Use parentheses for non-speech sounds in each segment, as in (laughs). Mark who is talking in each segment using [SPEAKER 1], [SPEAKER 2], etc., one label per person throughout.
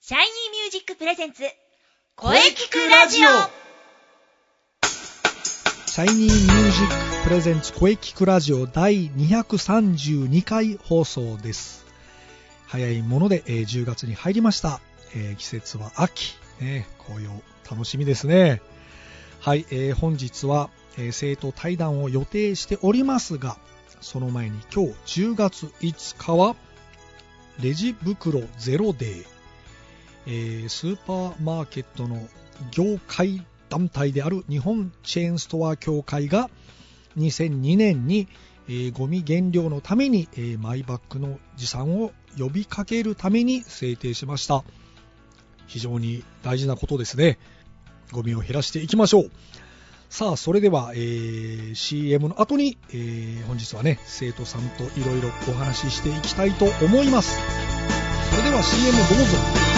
[SPEAKER 1] シャイニーミュージックプレゼンツ、
[SPEAKER 2] 声聞くラジオ
[SPEAKER 3] シャイニーミュージックプレゼンツ声聞くラジオ第232回放送です。早いもので、えー10月に入りました。えー季節は秋、ね、紅葉、楽しみですね。はい、えー本日は、えー生徒対談を予定しておりますが、その前に今日10月5日は、レジ袋ゼロデー。えースーパーマーケットの業界団体である日本チェーンストア協会が2002年に、えーゴミ減量のために、えーマイバッグの持参を呼びかけるために制定しました非常に大事なことですねゴミを減らしていきましょうさあそれでは、えー CM の後に、えー本日はね生徒さんといろいろお話ししていきたいと思いますそれでは CM どうぞ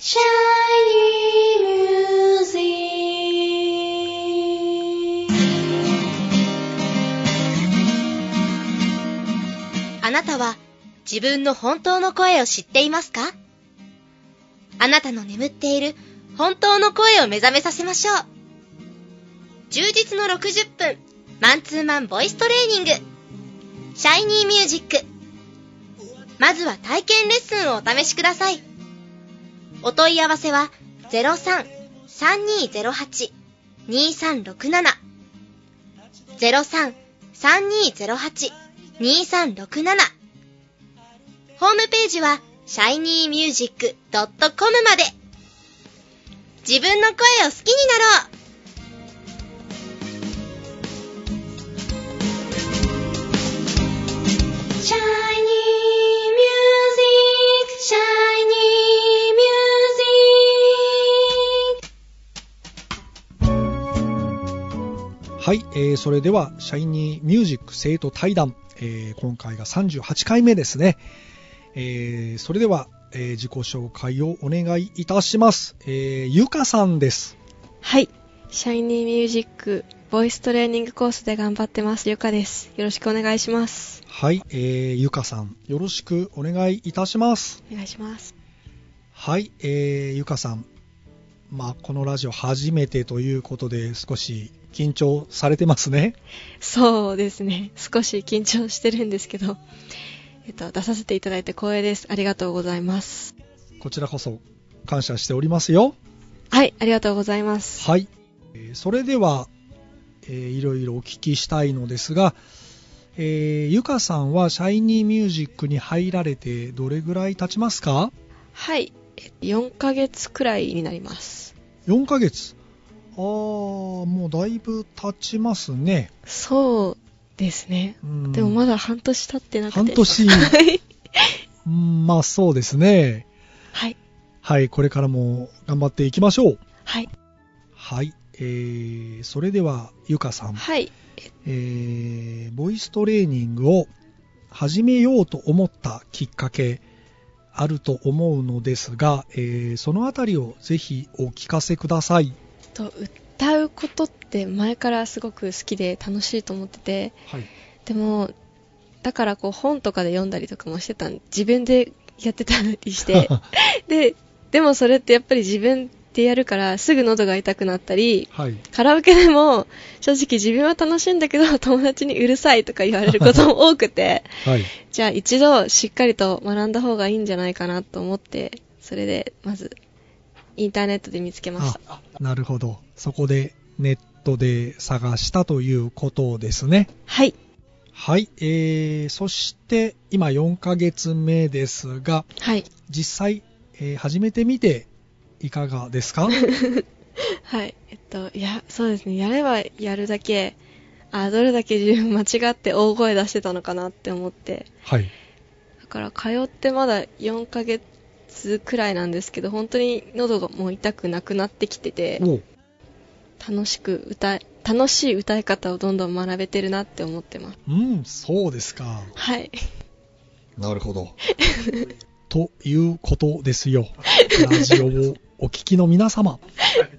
[SPEAKER 1] シャイニーミュージック。あなたは自分の本当の声を知っていますかあなたの眠っている本当の声を目覚めさせましょう。充実の60分、マンツーマンボイストレーニング。シャイニーミュージック。まずは体験レッスンをお試しください。お問い合わせは03-3208-2367 03-3208-2367ホームページは shinymusic.com まで自分の声を好きになろうシャイニーミュージック、シャイニーミュージック。
[SPEAKER 3] はい、えーそれでは、シャイニーミュージック生徒対談、えー今回が38回目ですね。えーそれでは、えー自己紹介をお願いいたします。えーゆかさんです。
[SPEAKER 4] はい。シャイニーミュージック、ボイストレーニングコースで頑張ってます、ゆかです。よろしくお願いします。
[SPEAKER 3] はい、えーゆかさん、よろしくお願いいたします。
[SPEAKER 4] お願いします。
[SPEAKER 3] はい、えーゆかさん。まあ、このラジオ初めてということで、少し緊張されてますね。
[SPEAKER 4] そうですね。少し緊張してるんですけど、えっと、出させていただいて光栄です。ありがとうございます。
[SPEAKER 3] こちらこそ、感謝しておりますよ。
[SPEAKER 4] はい、ありがとうございます。
[SPEAKER 3] はい、えーそれでは、えーいろいろお聞きしたいのですが、えーゆかさんはシャイニーミュージックに入られてどれぐらい経ちますか
[SPEAKER 4] はい。えっと4ヶ月くらいになります。
[SPEAKER 3] 4ヶ月あーもうだいぶ経ちますね、
[SPEAKER 4] そうですね。
[SPEAKER 3] うん
[SPEAKER 4] でもまだ半年経ってなくて。
[SPEAKER 3] 半年 (laughs)
[SPEAKER 4] はい。
[SPEAKER 3] うんまあそうですね
[SPEAKER 4] はい。
[SPEAKER 3] はいこれからも頑張っていきましょう
[SPEAKER 4] はい。
[SPEAKER 3] はい、えーそれではゆかさん
[SPEAKER 4] はい。
[SPEAKER 3] えーボイストレーニングを始めようと思ったきっかけあると思うのですが、えーそのあたりをぜひお聞かせください。
[SPEAKER 4] と歌うことって前からすごく好きで楽しいと思ってて
[SPEAKER 3] はい。
[SPEAKER 4] でもだからこう本とかで読んだりとかもしてたん自分でやってたりしてででもそれってやっぱり自分でやるからすぐ喉が痛くなったり
[SPEAKER 3] (laughs) はい。
[SPEAKER 4] カラオケでも正直自分は楽しいんだけど (laughs) 友達にうるさいとか言われることも多くて
[SPEAKER 3] はい。
[SPEAKER 4] じゃあ一度しっかりと学んだ方がいいんじゃないかなと思ってそれでまずインターネットで見つけました
[SPEAKER 3] あ、なるほど。そこでネットで探したということですね。
[SPEAKER 4] はい
[SPEAKER 3] はい。えー、そして今4ヶ月目ですが、
[SPEAKER 4] はい
[SPEAKER 3] 実際、えー始めてみていかがです (laughs) か
[SPEAKER 4] はい、えっと、いや、そうですね、やればやるだけ、あ、どれだけ自分間違って大声出してたのかなって思って、
[SPEAKER 3] はい。
[SPEAKER 4] だから通ってまだ4ヶ月くらいなんですけど、本当に喉がもう痛くなくなってきてて、
[SPEAKER 3] おう
[SPEAKER 4] 楽しく歌い、楽しい歌い方をどんどん学べてるなって思ってます。
[SPEAKER 3] うん、そうですか。
[SPEAKER 4] はい。
[SPEAKER 3] なるほど。 (laughs) ということですよ。ラジオをお聞きの皆 (laughs) 様、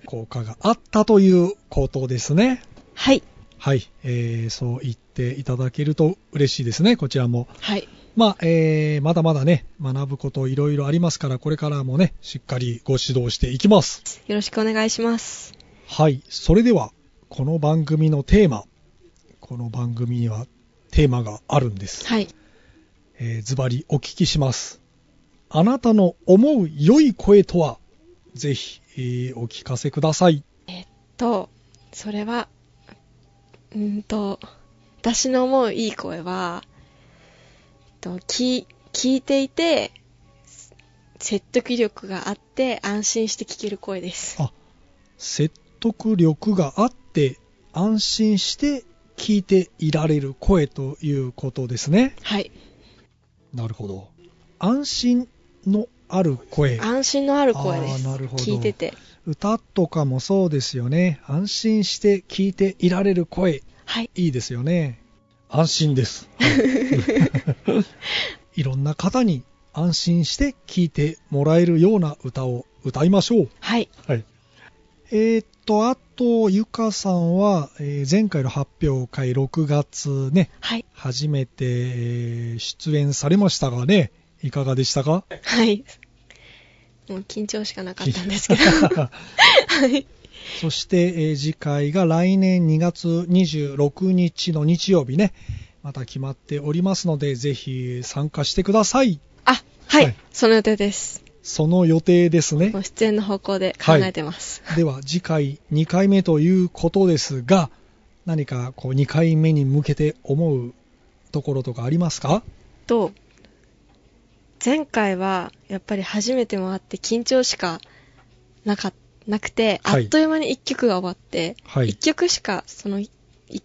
[SPEAKER 3] 効果があったということですね。
[SPEAKER 4] はい。
[SPEAKER 3] はい、えーそう言っていただけると嬉しいですね、こちらも。
[SPEAKER 4] はい。
[SPEAKER 3] まあ、えーまだまだね、学ぶこといろいろありますから、これからもね、しっかりご指導していきます。
[SPEAKER 4] よろしくお願いします。
[SPEAKER 3] はい、それでは、この番組のテーマ、この番組にはテーマがあるんです。
[SPEAKER 4] はい。
[SPEAKER 3] えーズバリお聞きします。あなたの思う良い声とは、ぜひ、えーお聞かせください。
[SPEAKER 4] と、それは、うーんと、私の思ういい声は、と聞聞いていて、説得力があって安心して聞ける声です。
[SPEAKER 3] あ、説得力があって、安心して聞いていられる声ということですね。
[SPEAKER 4] はい。
[SPEAKER 3] なるほど。安心のある声。
[SPEAKER 4] 安心のある声です。
[SPEAKER 3] あーなるほど
[SPEAKER 4] 聞いてて。
[SPEAKER 3] 歌とかもそうですよね。安心して聞いていられる声。
[SPEAKER 4] はい。
[SPEAKER 3] いいですよね。安心です。いろんな方に安心して聞いてもらえるような歌を歌いましょう。
[SPEAKER 4] はい。
[SPEAKER 3] はい。えーっと、あと、ゆかさんは、えー前回の発表会6月ね、
[SPEAKER 4] はい。
[SPEAKER 3] 初めてえー出演されましたがね、いかがでしたか
[SPEAKER 4] はい。もう緊張しかなかったんです
[SPEAKER 3] (laughs)
[SPEAKER 4] けど。 (laughs) はい。
[SPEAKER 3] そして、えー次回が来年2月26日の日曜日ね、また決まっておりますので、ぜひ参加してください。
[SPEAKER 4] あ、はい。
[SPEAKER 3] はい
[SPEAKER 4] その予定です。
[SPEAKER 3] その予定ですね
[SPEAKER 4] も。う出演の方向で考えてます。
[SPEAKER 3] では、次回2回目ということですが、何かこう2回目に向けて思うところとかありますか
[SPEAKER 4] と前回はやっぱり初めて回って緊張しかなかなくて、
[SPEAKER 3] はい
[SPEAKER 4] あっという間に1曲が終わって、
[SPEAKER 3] はい
[SPEAKER 4] 1曲しかその1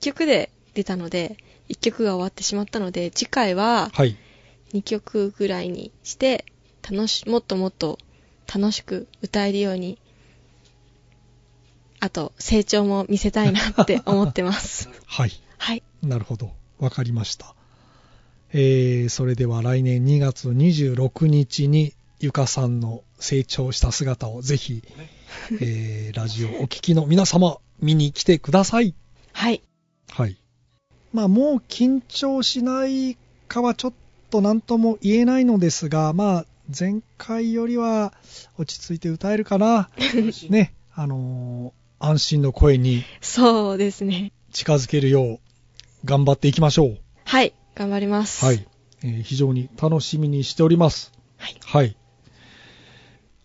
[SPEAKER 4] 曲で出たので1曲が終わってしまったので次回は
[SPEAKER 3] はい。
[SPEAKER 4] 2曲ぐらいにして楽しもっともっと楽しく歌えるようにあと成長も見せたいなって思ってます
[SPEAKER 3] (laughs) はい。
[SPEAKER 4] はい
[SPEAKER 3] なるほど。わかりました。えー、それでは来年2月26日に、ゆかさんの成長した姿をぜひ、えー、ラジオお聞きの皆様、見に来てください。
[SPEAKER 4] はい
[SPEAKER 3] はい。まあ、もう緊張しないかはちょっと何とも言えないのですが、まあ、前回よりは落ち着いて歌えるかな。ね、あのー安心の声に
[SPEAKER 4] そうですね
[SPEAKER 3] 近づけるよう、頑張っていきましょう。
[SPEAKER 4] はい頑張ります
[SPEAKER 3] はい、えー非常に楽しみにしております。
[SPEAKER 4] はい
[SPEAKER 3] はい。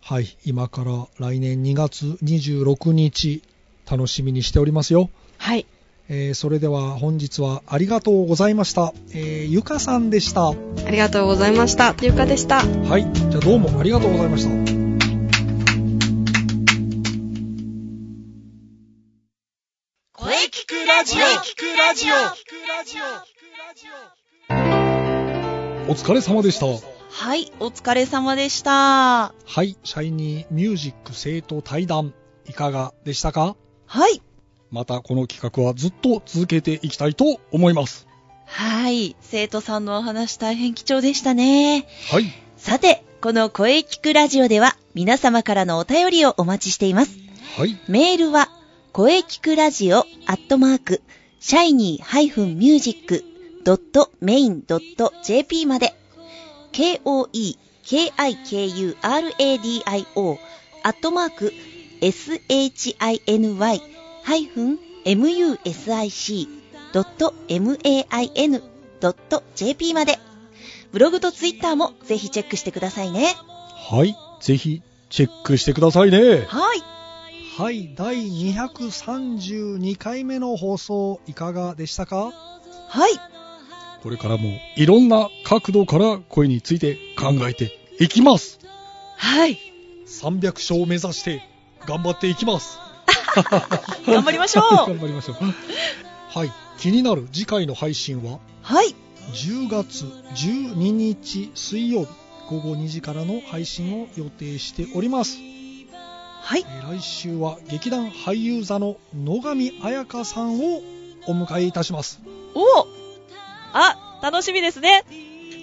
[SPEAKER 3] はい、今から来年2月26日、楽しみにしておりますよ。
[SPEAKER 4] はい
[SPEAKER 3] えーそれでは本日はありがとうございました。えーゆかさんでした。は
[SPEAKER 4] ありがとうございました。ゆうかでした。
[SPEAKER 3] い、じゃあどうもありがとうございました。
[SPEAKER 2] 声聞くラジオ声聞くラジオ
[SPEAKER 3] お疲れ様でした。
[SPEAKER 5] はい、お疲れ様でした。
[SPEAKER 3] はい、シャイニーミュージック生徒対談、いかがでしたか
[SPEAKER 5] はい。
[SPEAKER 3] またこの企画はずっと続けていきたいと思います。
[SPEAKER 5] はい、生徒さんのお話大変貴重でしたね。
[SPEAKER 3] はい、
[SPEAKER 5] さて、この声聞くラジオでは皆様からのお便りをお待ちしています。
[SPEAKER 3] はい、
[SPEAKER 5] メールは、声聞くラジオアットマーク、シャイニー -music.main.jp まで、k-o-e-k-i-k-u-r-a-d-i-o アットマーク、shiny-music.main.jp まで、ブログとツイッターもぜひチェックしてくださいね。
[SPEAKER 3] はい、ぜひチェックしてくださいね。
[SPEAKER 5] はい。
[SPEAKER 3] はい、第232回目の放送いかがでした
[SPEAKER 5] は
[SPEAKER 3] か
[SPEAKER 5] い。
[SPEAKER 3] これからもいろんな角度から声について考えていきます。
[SPEAKER 5] はい。
[SPEAKER 3] 300勝を目指して頑張っていきます。
[SPEAKER 5] (laughs) 頑張りましょう
[SPEAKER 3] (laughs) 頑張りましょう。はい、気になる次回の配信は
[SPEAKER 5] (laughs) はい。
[SPEAKER 3] 10月12日水曜日午後2時からの配信を予定しております。
[SPEAKER 5] はい。
[SPEAKER 3] えー来週は劇団俳優座の野上彩香さんをお迎えいたします
[SPEAKER 5] おおあ、楽しみですね。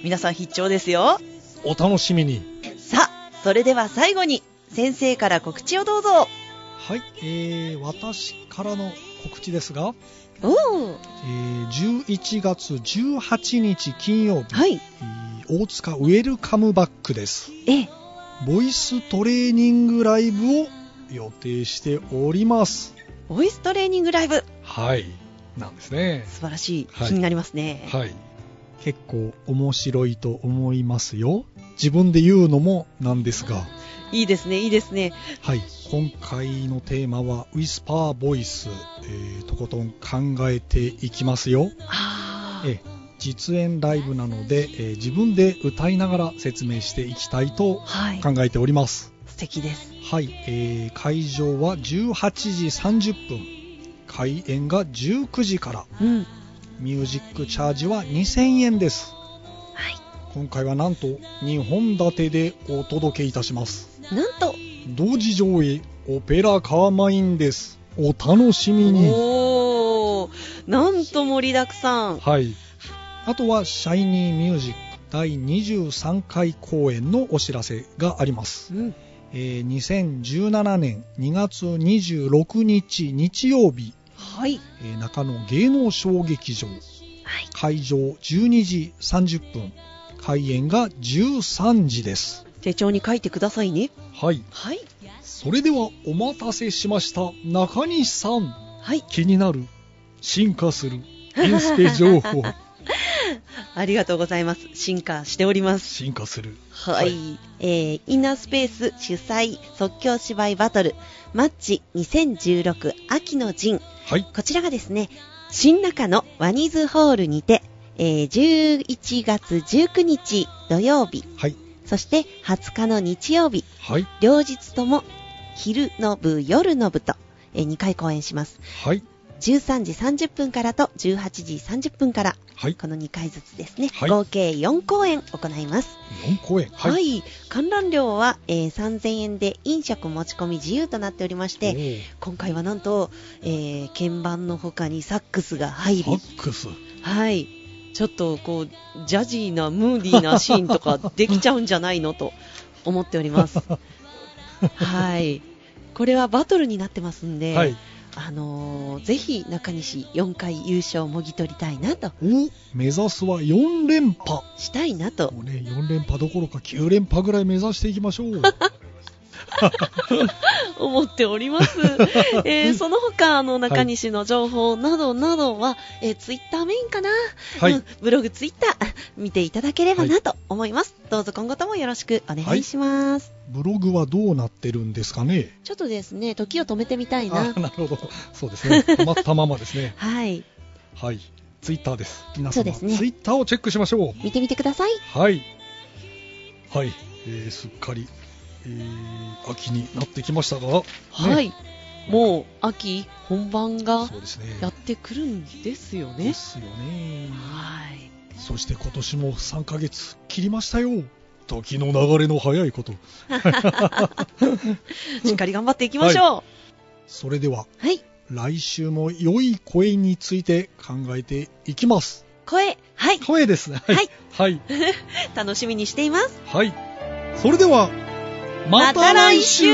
[SPEAKER 5] 皆さん必聴ですよ。
[SPEAKER 3] お楽しみに
[SPEAKER 5] さあ、それでは最後に、先生から告知をどうぞ。
[SPEAKER 3] はい、えー、私からの告知ですが、
[SPEAKER 5] おお
[SPEAKER 3] えー11月18日金曜日、
[SPEAKER 5] はい
[SPEAKER 3] えー大塚ウェルカムバックです
[SPEAKER 5] ええ
[SPEAKER 3] ボイストレーニングライブを予定しております
[SPEAKER 5] ボイストレーニングライブ
[SPEAKER 3] はいなんですね
[SPEAKER 5] 素晴らしい、
[SPEAKER 3] はい
[SPEAKER 5] 気になりますね、
[SPEAKER 3] はい結構面白いと思いますよ自分で言うのもなんですが
[SPEAKER 5] い、いですねいいですね
[SPEAKER 3] はい今回のテーマはウィスパーボイス、えーとことん考えていきますよ
[SPEAKER 5] あー
[SPEAKER 3] ええ実演ライブなので、えー自分で歌いながら説明していきたいと
[SPEAKER 5] はい
[SPEAKER 3] 考えております
[SPEAKER 5] 素敵です
[SPEAKER 3] はい、えー会場は18時30分開演が19時から
[SPEAKER 5] うん
[SPEAKER 3] ミュージックチャージは2000円です
[SPEAKER 5] は
[SPEAKER 3] 今回はなんと2本立てでお届けいたします
[SPEAKER 5] いなんと
[SPEAKER 3] 同時上映オペラカーマインですお楽しみに
[SPEAKER 5] おおなんと盛りだくさん
[SPEAKER 3] はいあとは「シャイニーミュージック」第23回公演のお知らせがあります、
[SPEAKER 5] うん
[SPEAKER 3] えー2017年2月26日日曜日、
[SPEAKER 5] はい
[SPEAKER 3] えー中野芸能小劇場
[SPEAKER 5] はい
[SPEAKER 3] 会場12時30分開演が13時です
[SPEAKER 5] 手帳に書いてくださいね
[SPEAKER 3] はい
[SPEAKER 5] はい
[SPEAKER 3] それではお待たせしました中西さん
[SPEAKER 5] はい
[SPEAKER 3] 気になる進化するインスペ情
[SPEAKER 5] (laughs)
[SPEAKER 3] 報
[SPEAKER 5] ありがとうございます進化しております
[SPEAKER 3] 進化する
[SPEAKER 5] はい、えーインナースペース主催即興芝居バトルマッチ2016秋の陣
[SPEAKER 3] はい
[SPEAKER 5] こちらがですね新中野ワニズホールにて、えー11月19日土曜日
[SPEAKER 3] はい
[SPEAKER 5] そして20日の日曜日
[SPEAKER 3] はい
[SPEAKER 5] 両日とも昼の部夜の部と、え2回公演します
[SPEAKER 3] はい
[SPEAKER 5] 13時30分からと18時30分から
[SPEAKER 3] はい
[SPEAKER 5] この2回ずつですね、
[SPEAKER 3] はい
[SPEAKER 5] 合計4公演行います
[SPEAKER 3] 4公演
[SPEAKER 5] はい、観覧料は、えー3000円で飲食持ち込み自由となっておりまし
[SPEAKER 3] お
[SPEAKER 5] て
[SPEAKER 3] ー
[SPEAKER 5] 今回はなんと、えー鍵盤の他にサックスが入
[SPEAKER 3] フ
[SPEAKER 5] り
[SPEAKER 3] ァックス
[SPEAKER 5] はいちょっとこうジャジーなムーディーなシーンとかできちゃうんじゃないのと思っており
[SPEAKER 3] (laughs)
[SPEAKER 5] ますはいこれはバトルになってますんで、
[SPEAKER 3] はい
[SPEAKER 5] あのーぜひ中西4回優勝をもぎ取りたいなと
[SPEAKER 3] お目指すは4連覇
[SPEAKER 5] したいなと
[SPEAKER 3] もうね4連覇どころか9連覇ぐらい目指していきまし
[SPEAKER 5] (laughs)
[SPEAKER 3] ょう
[SPEAKER 5] 思っており
[SPEAKER 3] (laughs)
[SPEAKER 5] ます。えーその他、あの、中西の情報などなどは、えツイッター Twitter メインかな、
[SPEAKER 3] はい
[SPEAKER 5] うんブログ、ツイッター、見ていただければなと思います。どうぞ今後ともよろしくお願いします。
[SPEAKER 3] ブログはどうなってるんですかね
[SPEAKER 5] ちょっとですね、時を止めてみたい
[SPEAKER 3] あ
[SPEAKER 5] な。
[SPEAKER 3] なるほどそうですね止まったままですね
[SPEAKER 5] (laughs) はい。
[SPEAKER 3] はい、ツイッターです。皆様
[SPEAKER 5] そうですね
[SPEAKER 3] ツイッターをチェックしましょう。
[SPEAKER 5] 見てみてください。
[SPEAKER 3] はい、はい、えーすっかり、えー秋になってきましたが、ね
[SPEAKER 5] はい。もう、秋本番が
[SPEAKER 3] そうですね。
[SPEAKER 5] やってくるんですよ
[SPEAKER 3] で
[SPEAKER 5] ね。
[SPEAKER 3] すよね。
[SPEAKER 5] はい。
[SPEAKER 3] そして今年も3ヶ月切りましたよ。時の流れの早いこと。
[SPEAKER 5] しっかり頑張っていきましょ
[SPEAKER 3] それでは
[SPEAKER 5] う。はい。
[SPEAKER 3] 来週も良い声について考えていきます。
[SPEAKER 5] 声、はい。
[SPEAKER 3] 声ですね。
[SPEAKER 5] はい。
[SPEAKER 3] はい。
[SPEAKER 5] 楽しみにしています。
[SPEAKER 3] はい。それでは、
[SPEAKER 5] また来週